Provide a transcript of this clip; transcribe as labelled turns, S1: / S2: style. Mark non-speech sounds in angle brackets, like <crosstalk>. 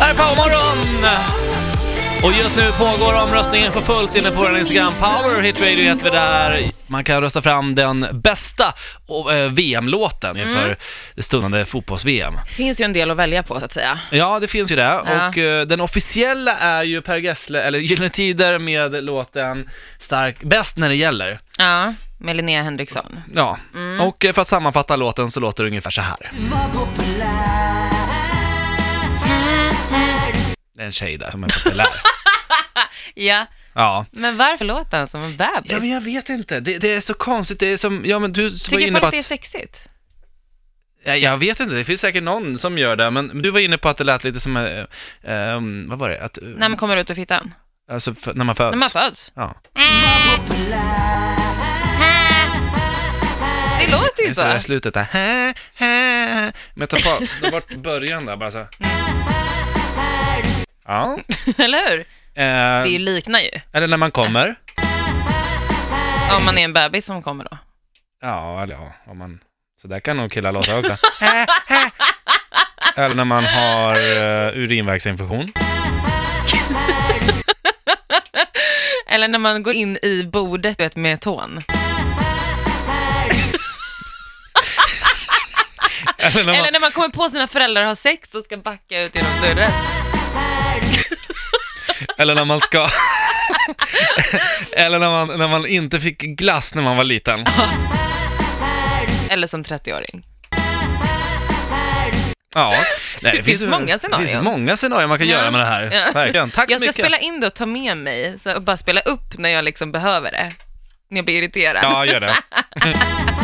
S1: Här är Powermorgon! Och just nu pågår omröstningen för fullt inne på vår Instagram. Power Hit Radio heter vi där. Man kan rösta fram den bästa och, eh, VM-låten
S2: Mm.
S1: inför det stundande fotbolls-VM.
S2: Det finns ju en del att välja på så att säga.
S1: Ja, det finns ju det.
S2: Ja.
S1: Och eh, den officiella är ju Per Gessle, eller Gyllene Tider med låten Stark, Bäst när det gäller.
S2: Ja, med Linnea Henriksson.
S1: Ja,
S2: Mm.
S1: och eh, för att sammanfatta låten så låter det ungefär så här.
S3: Var populär.
S1: Det är en tjej där som är populär.
S2: <laughs> Ja,
S1: Ja.
S2: men varför låter han som en bebis?
S1: Ja men jag vet inte, det, det är så konstigt, det är som, ja men du var
S2: Tycker
S1: inne
S2: folk
S1: på
S2: att det är
S1: att,
S2: sexigt?
S1: Ja, Eh, jag vet inte, det finns säkert någon som gör det, men du var inne på att det lät lite som, eh, ehm, vad var det, att, eh,
S2: När man kommer ut ur fittan?
S1: alltså för, när man föds?
S2: När man föds?
S1: Ja.
S2: Det låter
S1: Det
S2: ju
S1: är så där i
S2: så.
S1: slutet där, hä, hä, men jag tar på, ta bort början där bara så. här. Ja.
S2: <laughs> Eller hur?
S1: Eh,
S2: Det liknar ju.
S1: eller när man kommer.
S2: Om man är en bebis som kommer då.
S1: Ja, eller ja, om man... Så där kan nog killar låta också. eller när man har eh, urinvägsinfektion.
S2: Eller när man går in i bordet du vet, med tån.
S1: Eller när man...
S2: Eller när man kommer på sina föräldrar har sex och ska backa ut genom dörren.
S1: Eller när man ska... <laughs> Eller när man, när man inte fick glass när man var liten.
S2: Eller som 30-åring.
S1: Ja. Nej,
S2: Det finns många scenarion.
S1: Det finns många scenarier man kan
S2: Ja.
S1: göra med det här.
S2: Ja.
S1: Verkligen. Tack
S2: Jag
S1: så
S2: ska
S1: mycket.
S2: spela in det och ta med mig så, och bara spela upp när jag liksom behöver det. När jag blir irriterad.
S1: Ja, gör det.